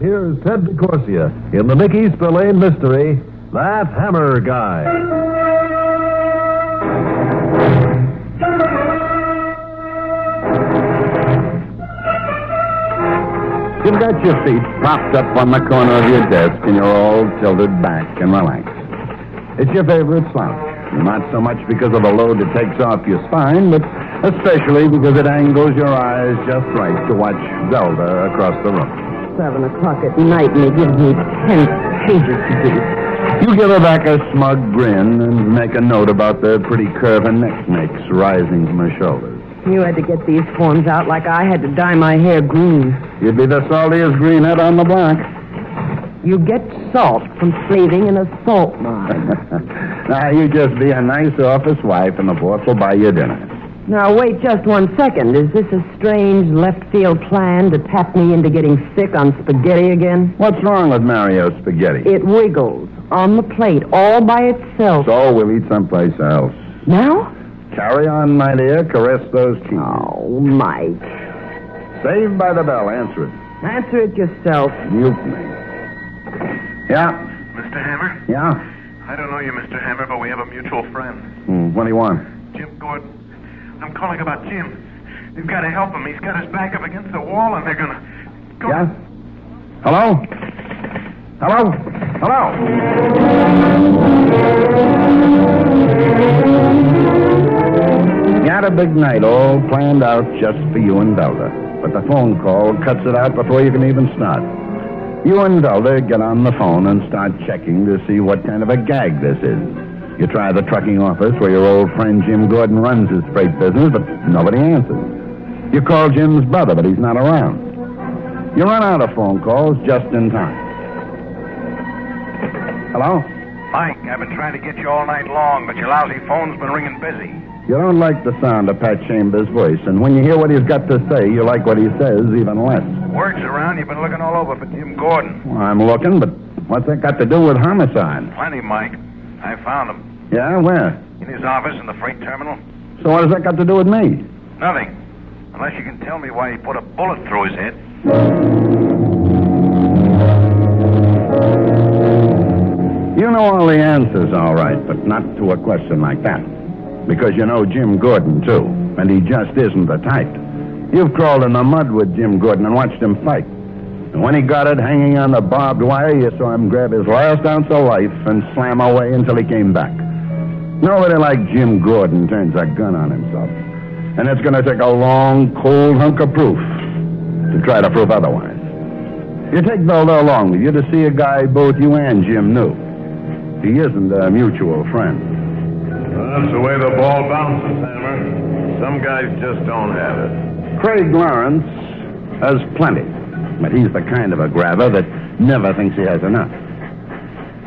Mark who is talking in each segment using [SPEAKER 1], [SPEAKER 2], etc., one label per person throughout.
[SPEAKER 1] Here's Ted DeCorsia in the Mickey Spillane mystery, That Hammer Guy.
[SPEAKER 2] You've got your feet propped up on the corner of your desk, and you're all tilted back and relaxed. It's your favorite slouch. Not so much because of the load it takes off your spine, but especially because it angles your eyes just right to watch Zelda across the room.
[SPEAKER 3] Seven o'clock at night, and they give me ten pages to do.
[SPEAKER 2] You give her back a smug grin and make a note about the pretty curve her neck makes rising from her shoulders.
[SPEAKER 3] You had to get these forms out like I had to dye my hair green.
[SPEAKER 2] You'd be the saltiest greenhead on the block.
[SPEAKER 3] You get salt from slaving in a salt mine.
[SPEAKER 2] now, you just be a nice office wife, and the boss will buy you dinner.
[SPEAKER 3] Now, wait just one second. Is this a strange left field plan to tap me into getting sick on spaghetti again?
[SPEAKER 2] What's wrong with Mario's spaghetti?
[SPEAKER 3] It wiggles on the plate all by itself.
[SPEAKER 2] So we'll eat someplace else.
[SPEAKER 3] Now?
[SPEAKER 2] Carry on, my dear. Caress those cheeks.
[SPEAKER 3] Oh, Mike.
[SPEAKER 2] Saved by the bell. Answer it.
[SPEAKER 3] Answer it yourself.
[SPEAKER 2] Mutiny. Yeah.
[SPEAKER 4] Mr. Hammer?
[SPEAKER 2] Yeah.
[SPEAKER 4] I don't know you, Mr. Hammer, but we have a mutual friend.
[SPEAKER 2] Hmm, what do you want?
[SPEAKER 4] Jim Gordon. I'm calling about Jim. They've got to help him. He's got his back up against the wall, and they're going to. Go
[SPEAKER 2] Yeah? Hello? Hello? Hello? You had a big night all planned out just for you and Velda. But the phone call cuts it out before you can even start. You and Velda get on the phone and start checking to see what kind of a gag this is. You try the trucking office where your old friend Jim Gordon runs his freight business, but nobody answers. You call Jim's brother, but he's not around. You run out of phone calls just in time. Hello?
[SPEAKER 4] Mike, I've been trying to get you all night long, but your lousy phone's been ringing busy.
[SPEAKER 2] You don't like the sound of Pat Chambers' voice, and when you hear what he's got to say, you like what he says even less.
[SPEAKER 4] Word's around. You've been looking all over for Jim Gordon.
[SPEAKER 2] Well, I'm looking, but what's that got to do with homicide?
[SPEAKER 4] Plenty, Mike. I found him
[SPEAKER 2] Yeah, where?
[SPEAKER 4] in his office in the freight terminal.
[SPEAKER 2] So what has that got to do with me?
[SPEAKER 4] Nothing. Unless you can tell me why he put a bullet through his head.
[SPEAKER 2] You know all the answers, all right, but not to a question like that. Because you know Jim Gordon, too, and he just isn't the type. You've crawled in the mud with Jim Gordon and watched him fight. And when he got it hanging on the barbed wire, you saw him grab his last ounce of life and slam away until he came back. Nobody like Jim Gordon turns a gun on himself. And it's going to take a long, cold hunk of proof to try to prove otherwise. You take Velda along with you to see a guy both you and Jim knew. He isn't a mutual friend.
[SPEAKER 5] That's the way the ball bounces, Hammer. Some guys just don't have it.
[SPEAKER 2] Craig Lawrence has plenty, but he's the kind of a grabber that never thinks he has enough.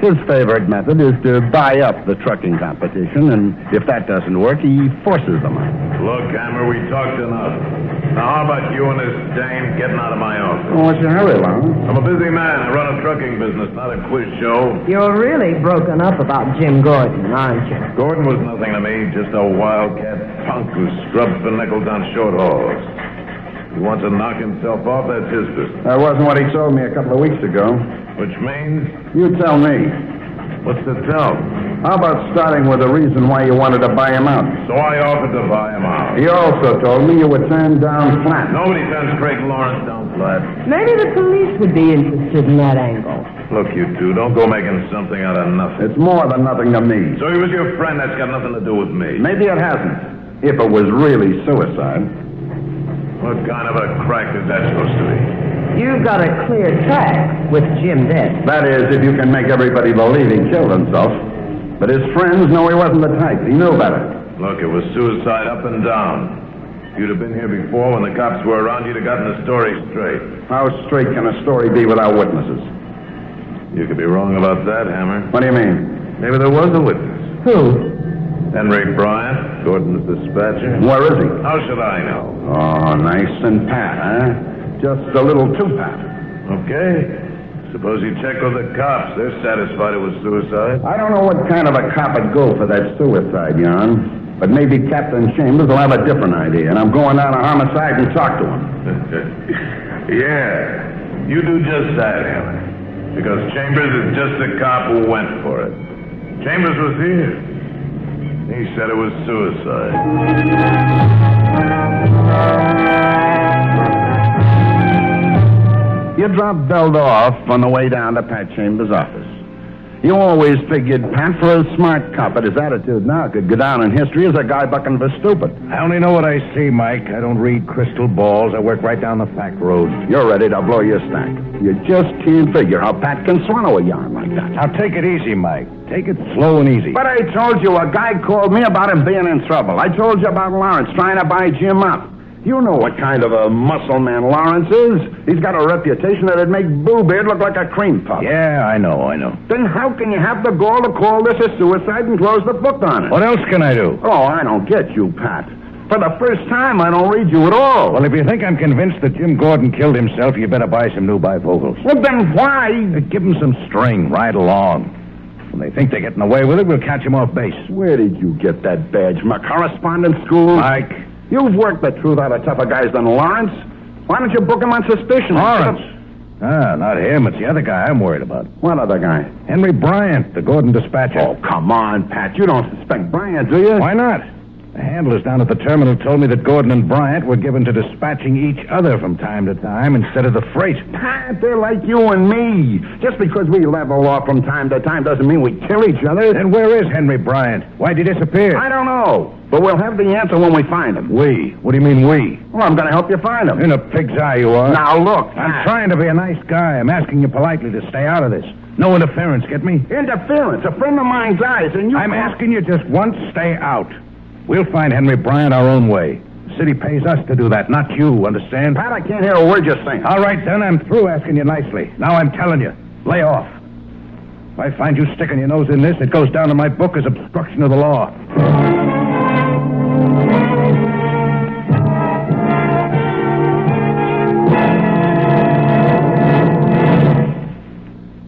[SPEAKER 2] His favorite method is to buy up the trucking competition, and if that doesn't work, he forces them out.
[SPEAKER 5] Look, Hammer, we talked enough. Now, how about you and this dame getting out of my office?
[SPEAKER 2] Oh, what's your hurry, Lawrence?
[SPEAKER 5] I'm a busy man. I run a trucking business, not a quiz show.
[SPEAKER 3] You're really broken up about Jim Gordon, aren't you?
[SPEAKER 5] Gordon was nothing to me, just a wildcat punk who scrubs for nickels on short hauls. He wants to knock himself off, that's his business.
[SPEAKER 2] That wasn't what he told me a couple of weeks ago.
[SPEAKER 5] Which means,
[SPEAKER 2] You tell me.
[SPEAKER 5] what's to tell?
[SPEAKER 2] How about starting with the reason why you wanted to buy him out?
[SPEAKER 5] So I offered to buy him out.
[SPEAKER 2] You also told me you were turned down flat.
[SPEAKER 5] Nobody sends Craig Lawrence down flat.
[SPEAKER 3] Maybe the police would be interested in that angle.
[SPEAKER 5] Look, you two, don't go making something out of nothing.
[SPEAKER 2] It's more than nothing to me.
[SPEAKER 5] So he was your friend. That's got nothing to do with me.
[SPEAKER 2] Maybe it hasn't. If it was really suicide.
[SPEAKER 5] What kind of a crack is that supposed to be?
[SPEAKER 3] You've got a clear track with Jim dead.
[SPEAKER 2] That is, if you can make everybody believe he killed himself. But his friends know he wasn't the type. He knew better.
[SPEAKER 5] Look, it was suicide up and down. If you'd have been here before when the cops were around, you'd have gotten the story straight.
[SPEAKER 2] How straight can a story be without witnesses?
[SPEAKER 5] You could be wrong about that, Hammer.
[SPEAKER 2] What do you mean?
[SPEAKER 5] Maybe there was a witness.
[SPEAKER 3] Who?
[SPEAKER 5] Henry Bryant, Gordon's dispatcher.
[SPEAKER 2] Where is he?
[SPEAKER 5] How should I know?
[SPEAKER 2] Oh, nice and pat, huh? Just a little too pat.
[SPEAKER 5] Okay. Suppose you check with the cops. They're satisfied it was suicide.
[SPEAKER 2] I don't know what kind of a cop would go for that suicide yarn, but maybe Captain Chambers will have a different idea, and I'm going down to homicide and talk to him.
[SPEAKER 5] yeah.
[SPEAKER 6] You do just that, Helen. Because Chambers is just the cop who went for it. Chambers was here. He said it was suicide.
[SPEAKER 2] You dropped Belda off on the way down to Pat Chambers' office. You always figured Pat for a smart cop, but his attitude now could go down in history as a guy bucking for stupid.
[SPEAKER 7] I only know what I see, Mike. I don't read crystal balls. I work right down the fact road.
[SPEAKER 2] You're ready to blow your stack. You just can't figure how Pat can swallow a yarn like that.
[SPEAKER 7] Now take it easy, Mike. Take it slow and easy.
[SPEAKER 2] But I told you, a guy called me about him being in trouble. I told you about Lawrence trying to buy Jim up. You know what kind of a muscle man Lawrence is. He's got a reputation that'd make Boo Beard look like a cream puff.
[SPEAKER 7] Yeah, I know, I know.
[SPEAKER 2] Then how can you have the gall to call this a suicide and close the book on it?
[SPEAKER 7] What else can I do?
[SPEAKER 2] Oh, I don't get you, Pat. For the first time, I don't read you at all.
[SPEAKER 7] Well, if you think I'm convinced that Jim Gordon killed himself, you better buy some new bifocals.
[SPEAKER 2] Well, then why?
[SPEAKER 7] Uh, Give them some string, ride along. When they think they're getting away with it, we'll catch them off base.
[SPEAKER 2] Where did you get that badge? From a correspondence school?
[SPEAKER 7] Mike,
[SPEAKER 2] You've worked the truth out of tougher guys than Lawrence. Why don't you book him on suspicion?
[SPEAKER 7] Lawrence. Ah, not him. It's the other guy I'm worried about.
[SPEAKER 2] What other guy?
[SPEAKER 7] Henry Bryant, the Gordon dispatcher.
[SPEAKER 2] Oh, come on, Pat. You don't suspect Bryant, do you?
[SPEAKER 7] Why not? The handlers down at the terminal told me that Gordon and Bryant were given to dispatching each other from time to time instead of the freight.
[SPEAKER 2] Pat, they're like you and me. Just because we level off from time to time doesn't mean we kill each other.
[SPEAKER 7] Then where is Henry Bryant? Why'd he disappear?
[SPEAKER 2] I don't know. But we'll have the answer when we find him.
[SPEAKER 7] We. What do you mean we?
[SPEAKER 2] Well, I'm going to help you find him.
[SPEAKER 7] In a pig's eye you are.
[SPEAKER 2] Now, look.
[SPEAKER 7] I'm
[SPEAKER 2] Pat.
[SPEAKER 7] trying to be a nice guy. I'm asking you politely to stay out of this. No interference, get me?
[SPEAKER 2] Interference. A friend of mine's eyes, and you.
[SPEAKER 7] I'm asking you just once, stay out. We'll find Henry Bryant our own way. The city pays us to do that, not you, understand?
[SPEAKER 2] Pat, I can't hear a word you're saying.
[SPEAKER 7] All right, then, I'm through asking you nicely. Now I'm telling you, lay off. If I find you sticking your nose in this, it goes down in my book as obstruction of the law.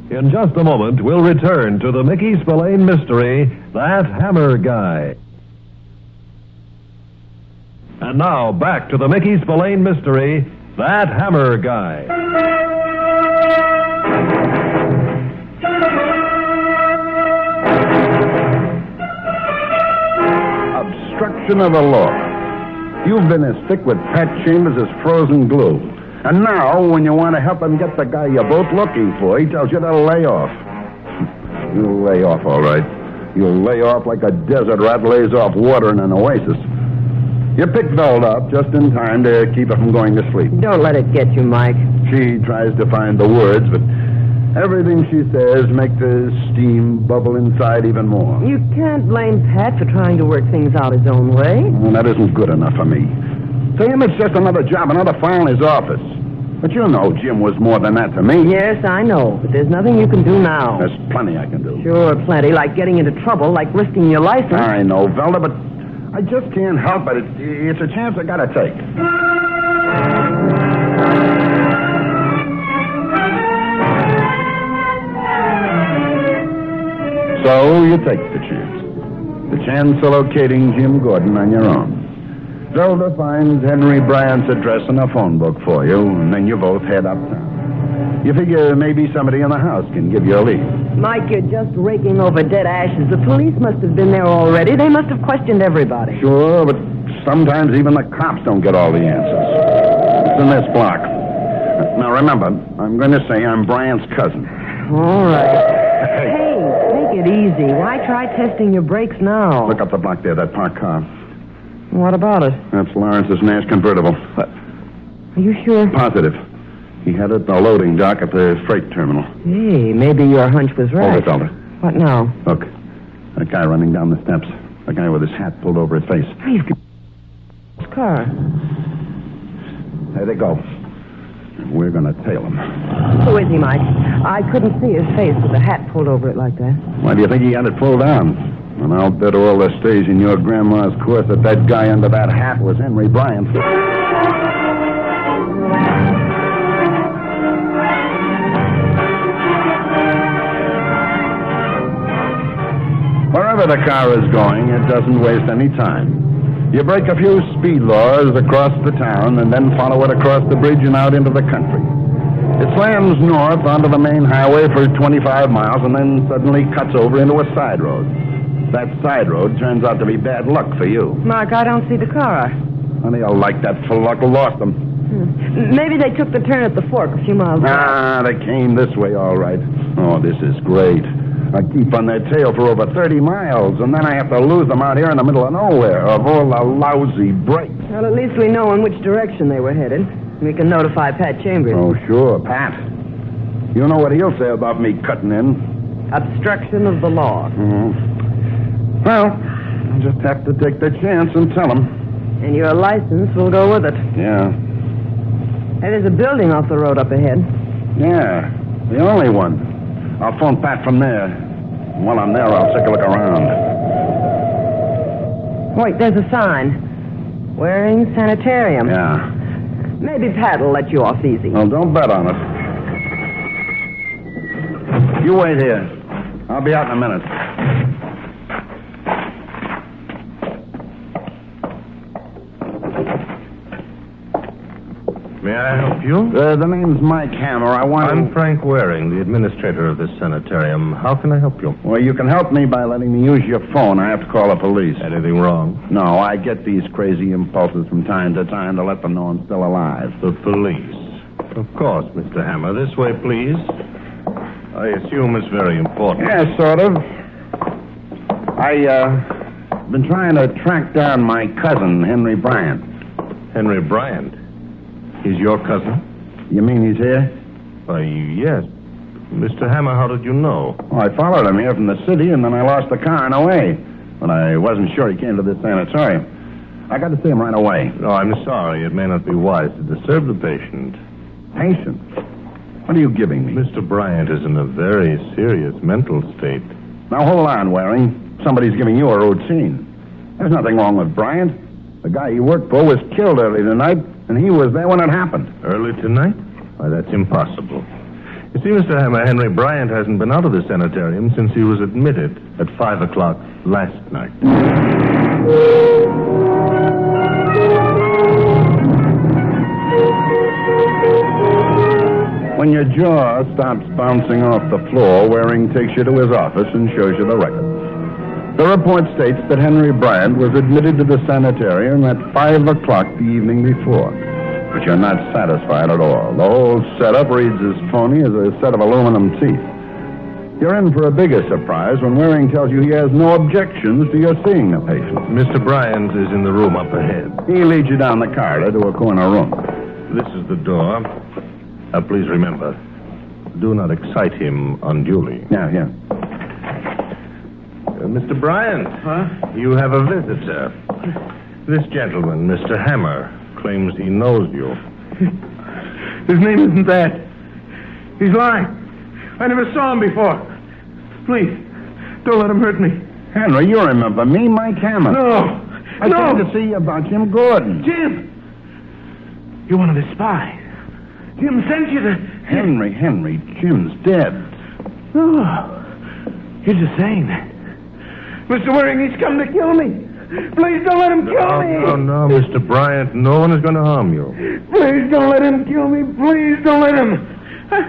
[SPEAKER 5] In just a moment, we'll return to the Mickey Spillane mystery, That Hammer Guy. And now, back to the Mickey Spillane mystery, That Hammer Guy.
[SPEAKER 2] Obstruction of the law. You've been as thick with Pat Chambers as frozen glue. And now, when you want to help him get the guy you're both looking for, he tells you to lay off. You'll lay off, all right. You'll lay off like a desert rat lays off water in an oasis. You picked Velda up just in time to keep her from going to sleep.
[SPEAKER 3] Don't let it get you, Mike.
[SPEAKER 2] She tries to find the words, but everything she says makes the steam bubble inside even more.
[SPEAKER 3] You can't blame Pat for trying to work things out his own way.
[SPEAKER 2] Well, that isn't good enough for me. To him, it's just another job, another file in his office. But you know Jim was more than that to me.
[SPEAKER 3] Yes, I know, but there's nothing you can do now.
[SPEAKER 2] There's plenty I can do.
[SPEAKER 3] Sure, plenty, like getting into trouble, like risking your license.
[SPEAKER 2] I know, Velda, but I just can't help it. it. It's a chance I gotta take. So you take the chance. The chance of locating Jim Gordon on your own. Zelda finds Henry Bryant's address in a phone book for you, and then you both head uptown. You figure maybe somebody in the house can give you a lead.
[SPEAKER 3] Mike, you're just raking over dead ashes. The police must have been there already. They must have questioned everybody.
[SPEAKER 2] Sure, but sometimes even the cops don't get all the answers. It's in this block. Now remember, I'm going to say I'm Bryant's cousin.
[SPEAKER 3] All right. Hey, take it easy. Why try testing your brakes now?
[SPEAKER 2] Look up the block there, that parked car.
[SPEAKER 3] What about it?
[SPEAKER 2] That's Lawrence's Nash convertible. Uh,
[SPEAKER 3] Are you sure?
[SPEAKER 2] Positive. He had it in the loading dock at the freight terminal.
[SPEAKER 3] Hey, maybe your hunch was
[SPEAKER 2] Hold
[SPEAKER 3] right.
[SPEAKER 2] it, Elder.
[SPEAKER 3] What now?
[SPEAKER 2] Look, that guy running down the steps. The guy with his hat pulled over his face.
[SPEAKER 3] He's got his car.
[SPEAKER 2] There they go. We're going to tail him.
[SPEAKER 3] Who is he, Mike? I couldn't see his face with the hat pulled over it like that.
[SPEAKER 2] Why do you think he had it pulled down? And I'll bet all the stays in your grandma's course that that guy under that hat was Henry Bryant. Wherever the car is going, it doesn't waste any time. You break a few speed laws across the town and then follow it across the bridge and out into the country. It slams north onto the main highway for 25 miles and then suddenly cuts over into a side road. That side road turns out to be bad luck for you.
[SPEAKER 3] Mark, I don't see the car.
[SPEAKER 2] Honey, I'll like that for luck. Lost them.
[SPEAKER 3] Maybe they took the turn at the fork a few miles back.
[SPEAKER 2] Ah, they came this way, all right. Oh, this is great. I keep on their tail for over 30 miles, and then I have to lose them out here in the middle of nowhere of all the lousy brakes.
[SPEAKER 3] Well, at least we know in which direction they were headed. We can notify Pat Chambers.
[SPEAKER 2] Oh, sure, Pat. You know what he'll say about me cutting in.
[SPEAKER 3] Obstruction of the law.
[SPEAKER 2] Mhm. Well, I just have to take the chance and tell him.
[SPEAKER 3] And your license will go with it.
[SPEAKER 2] Yeah.
[SPEAKER 3] Hey, there's a building off the road up ahead.
[SPEAKER 2] Yeah, the only one. I'll phone Pat from there. While I'm there, I'll take a look around.
[SPEAKER 3] Wait, there's a sign. Wearing sanitarium.
[SPEAKER 2] Yeah. Oh.
[SPEAKER 3] Maybe Pat will let you off easy.
[SPEAKER 2] Well, don't bet on it. You wait here. I'll be out in a minute.
[SPEAKER 6] May I help you?
[SPEAKER 2] Uh, the name's Mike Hammer. I want
[SPEAKER 5] I'm
[SPEAKER 2] to.
[SPEAKER 5] Frank Waring, the administrator of this sanitarium. How can I help you?
[SPEAKER 2] Well, you can help me by letting me use your phone. I have to call the police.
[SPEAKER 5] Anything wrong?
[SPEAKER 2] No, I get these crazy impulses from time to time to let them know I'm still alive.
[SPEAKER 5] The police. Of course, Mr. Hammer. This way, please. I assume it's very important.
[SPEAKER 2] Yeah, sort of. I, uh, been trying to track down my cousin, Henry Bryant.
[SPEAKER 5] Henry Bryant. He's your cousin?
[SPEAKER 2] You mean he's here?
[SPEAKER 5] Why, yes. Mr. Hammer, how did you know?
[SPEAKER 2] Well, I followed him here from the city, and then I lost the car on the way. But I wasn't sure he came to this sanitarium. I got to see him right away.
[SPEAKER 5] No, I'm sorry. It may not be wise to disturb the patient.
[SPEAKER 2] Patient. What are you giving me?
[SPEAKER 5] Mr. Bryant is in a very serious mental state.
[SPEAKER 2] Now, hold on, Waring. Somebody's giving you a routine. There's nothing wrong with Bryant. The guy he worked for was killed early tonight, and he was there when it happened.
[SPEAKER 5] Early tonight? Why, that's impossible. You see, Mr. Hammer, Henry Bryant hasn't been out of the sanitarium since he was admitted at 5 o'clock last night.
[SPEAKER 2] When your jaw stops bouncing off the floor, Waring takes you to his office and shows you the record. The report states that Henry Bryant was admitted to the sanitarium at 5 o'clock the evening before. But you're not satisfied at all. The whole setup reads as phony as a set of aluminum teeth. You're in for a bigger surprise when Waring tells you he has no objections to your seeing the patient.
[SPEAKER 5] Mr. Bryant is in the room up ahead.
[SPEAKER 2] He leads you down the corridor to a corner room.
[SPEAKER 5] This is the door. Now, please remember, do not excite him unduly.
[SPEAKER 2] Now, here.
[SPEAKER 5] Uh, Mr. Bryant. Huh? You have a visitor. This gentleman, Mr. Hammer, claims he knows you.
[SPEAKER 8] His name isn't that. He's lying. I never saw him before. Please, don't let him hurt me.
[SPEAKER 2] Henry, you remember me, Mike Hammond.
[SPEAKER 8] No.
[SPEAKER 2] I
[SPEAKER 8] no.
[SPEAKER 2] came to see you about Jim Gordon.
[SPEAKER 8] Jim! You're one of his spies. Jim sent you to.
[SPEAKER 2] Henry, Henry, Jim's dead.
[SPEAKER 8] Oh, you're just saying that. Mr. Waring, he's come to kill me. Please don't let him kill
[SPEAKER 5] Oh,
[SPEAKER 8] me.
[SPEAKER 5] no, no, Mr. Bryant. No one is going to harm you.
[SPEAKER 8] Please don't let him kill me. Please don't let him. I,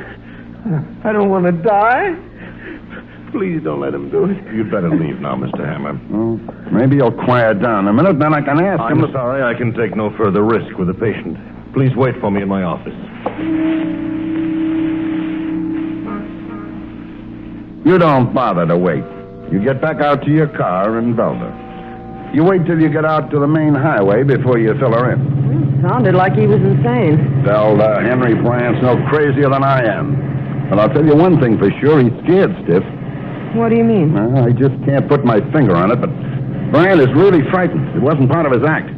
[SPEAKER 8] I don't want to die. Please don't let him do it.
[SPEAKER 5] You'd better leave now, Mr. Hammer.
[SPEAKER 2] Well, maybe he'll quiet down a minute, then I can ask
[SPEAKER 5] I'm
[SPEAKER 2] him.
[SPEAKER 5] sorry I can take no further risk with the patient. Please wait for me in my office.
[SPEAKER 2] You don't bother to wait. You get back out to your car in Velda. You wait till you get out to the main highway before you fill her in.
[SPEAKER 3] Sounded like he was insane.
[SPEAKER 2] Velda, Henry Bryant's no crazier than I am. And I'll tell you one thing for sure, he's scared stiff.
[SPEAKER 3] What do you mean?
[SPEAKER 2] Well, I just can't put my finger on it, but Bryant is really frightened. It wasn't part of his act.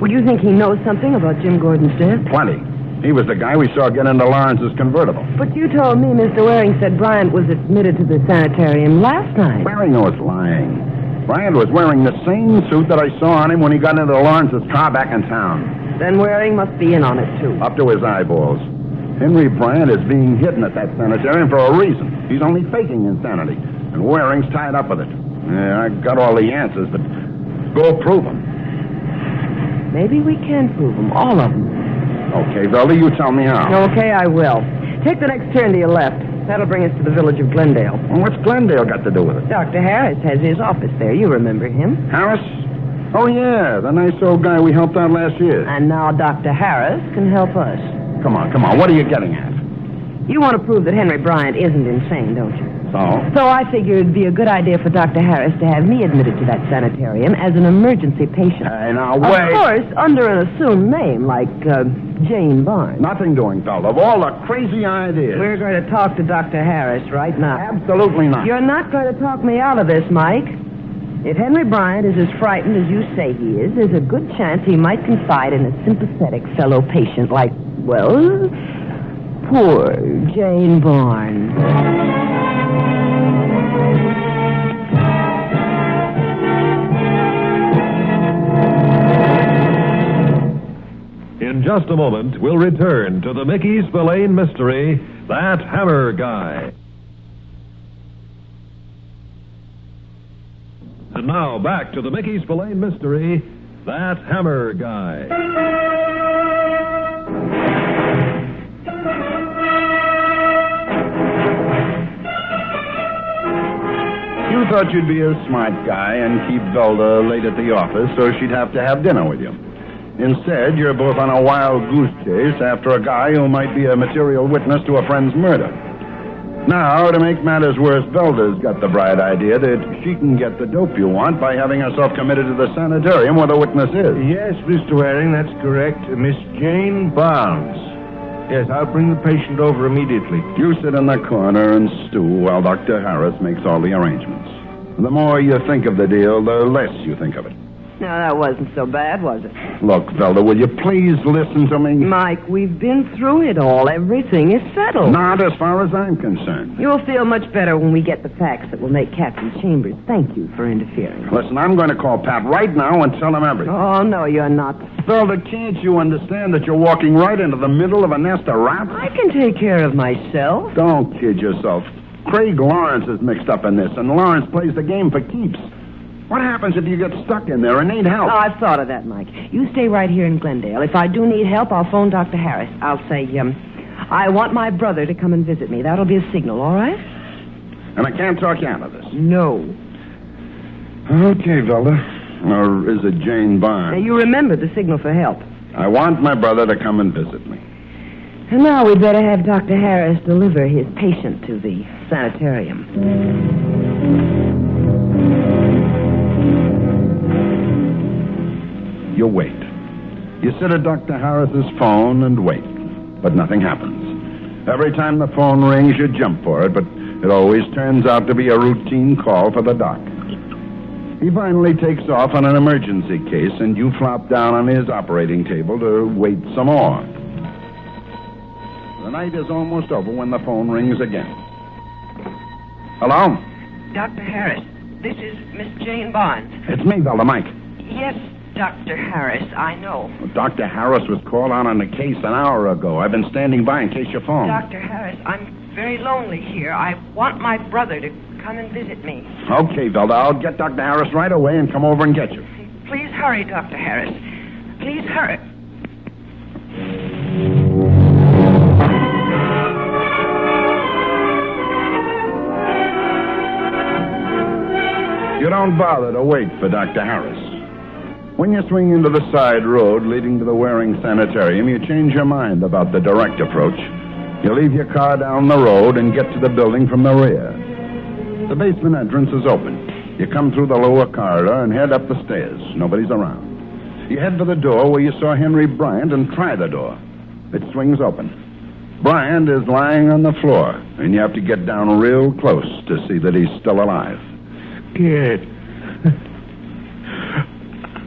[SPEAKER 3] Well, you think he knows something about Jim Gordon's death?
[SPEAKER 2] Plenty. He was the guy we saw get into Lawrence's convertible.
[SPEAKER 3] But you told me Mr. Waring said Bryant was admitted to the sanitarium last night.
[SPEAKER 2] Waring was lying. Bryant was wearing the same suit that I saw on him when he got into Lawrence's car back in town,
[SPEAKER 3] Then Waring must be in on it, too.
[SPEAKER 2] up to his eyeballs. Henry Bryant is being hidden at that sanitarium for a reason. He's only faking insanity, and Waring's tied up with it. Yeah, I got all the answers, but go prove them.
[SPEAKER 3] Maybe we can prove him, all of them.
[SPEAKER 2] Okay, Velda, you tell me how.
[SPEAKER 3] Okay, I will. Take the next turn to your left. That'll bring us to the village of Glendale.
[SPEAKER 2] Well, what's Glendale got to do with it?
[SPEAKER 3] Dr. Harris has his office there. You remember him.
[SPEAKER 2] Harris? Oh, yeah, the nice old guy we helped out last year.
[SPEAKER 3] And now Dr. Harris can help us.
[SPEAKER 2] Come on, come on. What are you getting at?
[SPEAKER 3] You want to prove that Henry Bryant isn't insane, don't you?
[SPEAKER 2] So?
[SPEAKER 3] So I figure it'd be a good idea for Dr. Harris to have me admitted to that sanitarium as an emergency patient.
[SPEAKER 2] Hey, now,
[SPEAKER 3] of
[SPEAKER 2] wait.
[SPEAKER 3] course, under an assumed name like uh, Jane Barnes.
[SPEAKER 2] Nothing doing, fella. Of all the crazy ideas.
[SPEAKER 3] We're going to talk to Dr. Harris right now.
[SPEAKER 2] Absolutely not.
[SPEAKER 3] You're not going to talk me out of this, Mike. If Henry Bryant is as frightened as you say he is, there's a good chance he might confide in a sympathetic fellow patient like, well, poor Jane Barnes.
[SPEAKER 9] In just a moment, we'll return to the Mickey Spillane mystery, That Hammer Guy. And now back to the Mickey Spillane mystery, That Hammer Guy.
[SPEAKER 2] You thought you'd be a smart guy and keep Velda late at the office so she'd have to have dinner with you. Instead, you're both on a wild goose chase after a guy who might be a material witness to a friend's murder. Now, to make matters worse, Velda's got the bright idea that she can get the dope you want by having herself committed to the sanitarium where the witness is.
[SPEAKER 5] Yes, Mr. Waring, that's correct. Miss Jane Barnes. Yes, I'll bring the patient over immediately.
[SPEAKER 2] You sit in the corner and stew while Dr. Harris makes all the arrangements. The more you think of the deal, the less you think of it.
[SPEAKER 3] Now, that wasn't so bad, was it?
[SPEAKER 2] Look, Velda, will you please listen to me?
[SPEAKER 3] Mike, we've been through it all. Everything is settled.
[SPEAKER 2] Not as far as I'm concerned.
[SPEAKER 3] You'll feel much better when we get the facts that will make Captain Chambers thank you for interfering.
[SPEAKER 2] Listen, I'm going to call Pat right now and tell him everything.
[SPEAKER 3] Oh, no, you're not.
[SPEAKER 2] Felder, can't you understand that you're walking right into the middle of a nest of rats?
[SPEAKER 3] I can take care of myself.
[SPEAKER 2] Don't kid yourself. Craig Lawrence is mixed up in this, and Lawrence plays the game for keeps. What happens if you get stuck in there and need help?
[SPEAKER 3] Oh, I've thought of that, Mike. You stay right here in Glendale. If I do need help, I'll phone Dr. Harris. I'll say, um, I want my brother to come and visit me. That'll be a signal, all right?
[SPEAKER 2] and I can't talk you out of this.
[SPEAKER 3] No.
[SPEAKER 2] Okay, Velda. Or is it Jane
[SPEAKER 3] Now,
[SPEAKER 2] Barnes?
[SPEAKER 3] you remember the signal for help.
[SPEAKER 2] I want my brother to come and visit me.
[SPEAKER 3] And now we'd better have Dr. Harris deliver his patient to the sanitarium.
[SPEAKER 2] You wait. You sit at Dr. Harris's phone and wait, but nothing happens. Every time the phone rings, you jump for it, but it always turns out to be a routine call for the doc. He finally takes off on an emergency case, and you flop down on his operating table to wait some more. The night is almost over when the phone rings again. Hello?
[SPEAKER 3] Dr. Harris, this is Miss Jane Barnes.
[SPEAKER 2] It's me, Velda Mike.
[SPEAKER 3] Yes, Dr. Harris, I know.
[SPEAKER 2] Dr. Harris was called out on the case an hour ago. I've been standing by in case you phone.
[SPEAKER 3] Dr. Harris, I'm very lonely here. I want my brother to come and visit me.
[SPEAKER 2] Okay, Velda, I'll get Dr. Harris right away and come over and get you.
[SPEAKER 3] Please hurry, Dr. Harris. Please hurry.
[SPEAKER 2] You don't bother to wait for Dr. Harris. When you swing into the side road leading to the Waring Sanitarium, you change your mind about the direct approach. You leave your car down the road and get to the building from the rear. The basement entrance is open. You come through the lower corridor and head up the stairs. Nobody's around. You head for the door where you saw Henry Bryant and try the door. It swings open. Bryant is lying on the floor, and you have to get down real close to see that he's still alive.
[SPEAKER 5] Scared.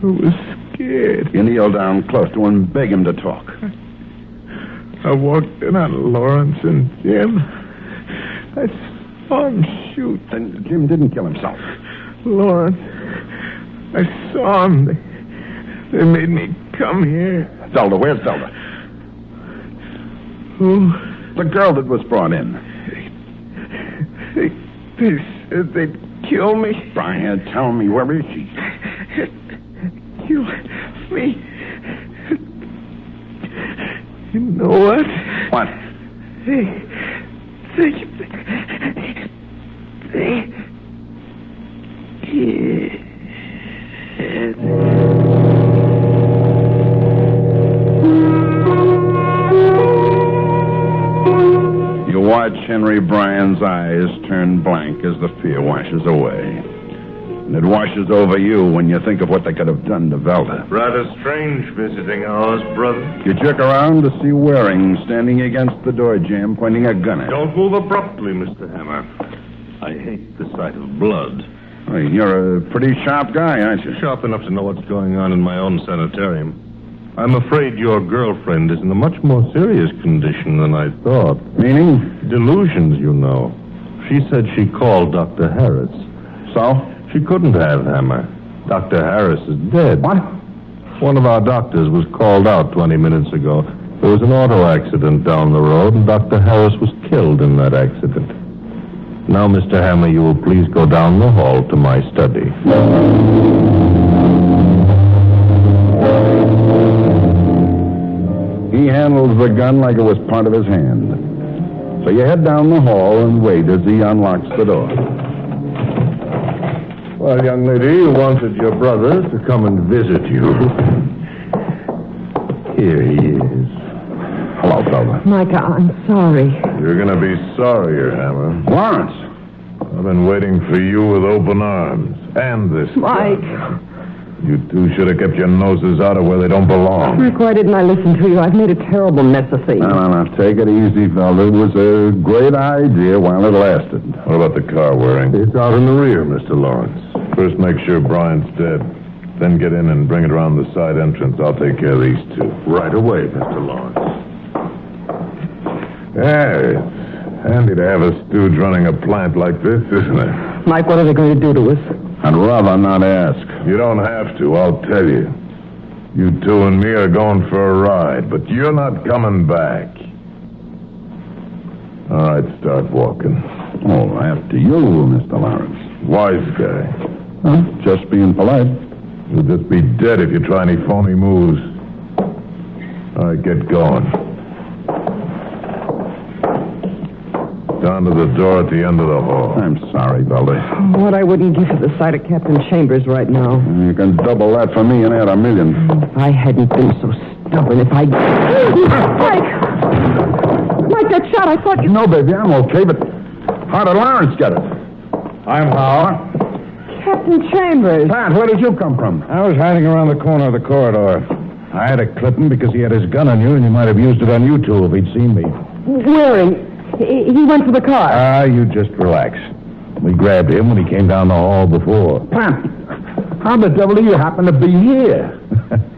[SPEAKER 5] I was scared.
[SPEAKER 2] You kneel down close to him and beg him to talk.
[SPEAKER 5] I walked in on Lawrence and Jim. I saw him shoot.
[SPEAKER 2] Then Jim didn't kill himself.
[SPEAKER 5] Lawrence, I saw him. They, they made me come here.
[SPEAKER 2] Zelda, where's Zelda?
[SPEAKER 5] Who?
[SPEAKER 2] The girl that was brought in.
[SPEAKER 5] They, they said they'd kill me.
[SPEAKER 2] Brian, tell me, where is she?
[SPEAKER 5] You, me. You know what?
[SPEAKER 2] What?
[SPEAKER 8] They. They. They.
[SPEAKER 2] You watch Henry Bryan's eyes turn blank as the fear washes away. And it washes over you when you think of what they could have done to Velda.
[SPEAKER 6] Rather strange visiting hours, brother.
[SPEAKER 2] You jerk around to see Waring standing against the door jamb, pointing a gun at you.
[SPEAKER 6] Don't move abruptly, Mr. Hammer. I hate the sight of blood.
[SPEAKER 2] Hey, You're a pretty sharp guy, aren't you?
[SPEAKER 5] Sharp enough to know what's going on in my own sanitarium. I'm afraid your girlfriend is in a much more serious condition than I thought.
[SPEAKER 2] Meaning?
[SPEAKER 5] Delusions, you know. She said she called Dr. Harris.
[SPEAKER 2] So?
[SPEAKER 5] She couldn't have Hammer. Dr. Harris is dead.
[SPEAKER 2] What?
[SPEAKER 5] One of our doctors was called out 20 minutes ago. There was an auto accident down the road, and Dr. Harris was killed in that accident. Now, Mr. Hammer, you will please go down the hall to my study.
[SPEAKER 2] He handles the gun like it was part of his hand. So you head down the hall and wait as he unlocks the door.
[SPEAKER 5] Well, young lady, you wanted your brother to come and visit you. Here he is.
[SPEAKER 2] Hello, Velda.
[SPEAKER 3] Micah, I'm sorry.
[SPEAKER 6] You're gonna be sorrier, Hammer.
[SPEAKER 2] Lawrence.
[SPEAKER 6] I've been waiting for you with open arms. And this.
[SPEAKER 3] Mike.
[SPEAKER 6] gun. You two should have kept your noses out of where they don't belong.
[SPEAKER 3] Mike, why didn't I listen to you? I've made a terrible mess of things.
[SPEAKER 2] No, no, no. Take it easy, Velda. It was a great idea while it lasted.
[SPEAKER 6] What about the car, Waring?
[SPEAKER 5] It's out in the rear, Mr. Lawrence.
[SPEAKER 6] First, make sure Bryant's dead. Then get in and bring it around the side entrance. I'll take care of these two.
[SPEAKER 5] Right away, Mr. Lawrence.
[SPEAKER 6] Yeah, it's handy to have a stooge running a plant like this, isn't it?
[SPEAKER 3] Mike, what are they going to do to us?
[SPEAKER 2] I'd rather not ask.
[SPEAKER 6] You don't have to, I'll tell you. You two and me are going for a ride, but you're not coming back. All right, start walking.
[SPEAKER 2] Oh, after you, Mr. Lawrence.
[SPEAKER 6] Wise guy.
[SPEAKER 2] Huh? Just being polite.
[SPEAKER 6] You'll just be dead if you try any phony moves. All right, get going. Down to the door at the end of the
[SPEAKER 5] Oh.
[SPEAKER 6] hall.
[SPEAKER 2] I'm sorry, Velda.
[SPEAKER 3] What I wouldn't give for the sight of Captain Chambers right now.
[SPEAKER 2] You can double that for me and add a million.
[SPEAKER 3] If I hadn't been so stubborn, if I. Mike! Mike, that shot, I thought you.
[SPEAKER 2] No, baby, I'm okay, but how did Lawrence get it?
[SPEAKER 7] I'm Howard.
[SPEAKER 3] Captain Chambers!
[SPEAKER 2] Pat, where did you come from?
[SPEAKER 7] I was hiding around the corner of the corridor. I had to clip him because he had his gun on you, and you might have used it on you two if he'd seen me.
[SPEAKER 3] Waring. He, he went for the car.
[SPEAKER 7] Ah, you just relax. We grabbed him when he came down the hall before.
[SPEAKER 2] Pat, how the devil do you happen to be here?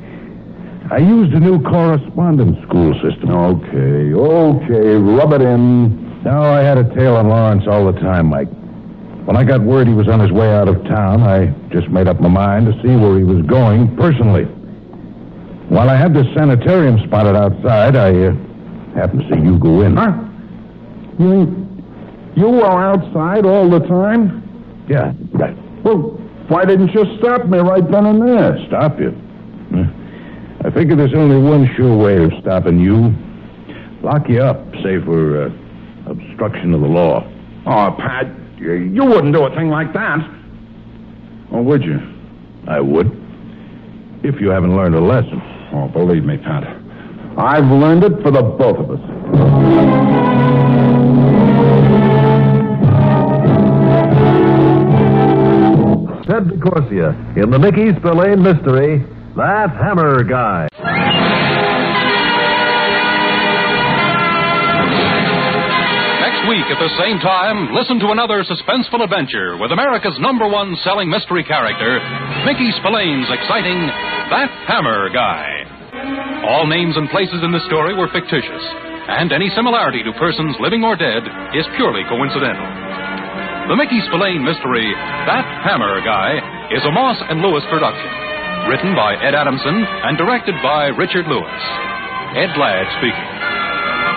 [SPEAKER 7] I used a new correspondence school system.
[SPEAKER 2] Okay, okay, rub it in.
[SPEAKER 7] No, I had a tail on Lawrence all the time, Mike. When I got word he was on his way out of town, I just made up my mind to see where he was going personally. While I had this sanitarium spotted outside, I uh, happened to see you go in.
[SPEAKER 2] Huh? You, you were outside all the time?
[SPEAKER 7] Yeah, right.
[SPEAKER 2] Well, why didn't you stop me right then and there?
[SPEAKER 7] Stop you. I figure there's only one sure way of stopping you. Lock you up, say, for uh, obstruction of the law.
[SPEAKER 2] Oh, Pat, you you wouldn't do a thing like that. Or would you?
[SPEAKER 7] Oh, I would. If you haven't learned a lesson.
[SPEAKER 2] Oh, believe me, Pat. I've learned it for the both of us.
[SPEAKER 9] Ted DeCorsia in the Mickey Spillane mystery, That Hammer Guy.
[SPEAKER 4] Next week at the same time, listen to another suspenseful adventure with America's number one selling mystery character, Mickey Spillane's exciting That Hammer Guy. All names and places in the story were fictitious, and any similarity to persons living or dead is purely coincidental. The Mickey Spillane mystery, That Hammer Guy, is a Moss and Lewis production, written by Ed Adamson and directed by Richard Lewis. Ed Ladd speaking.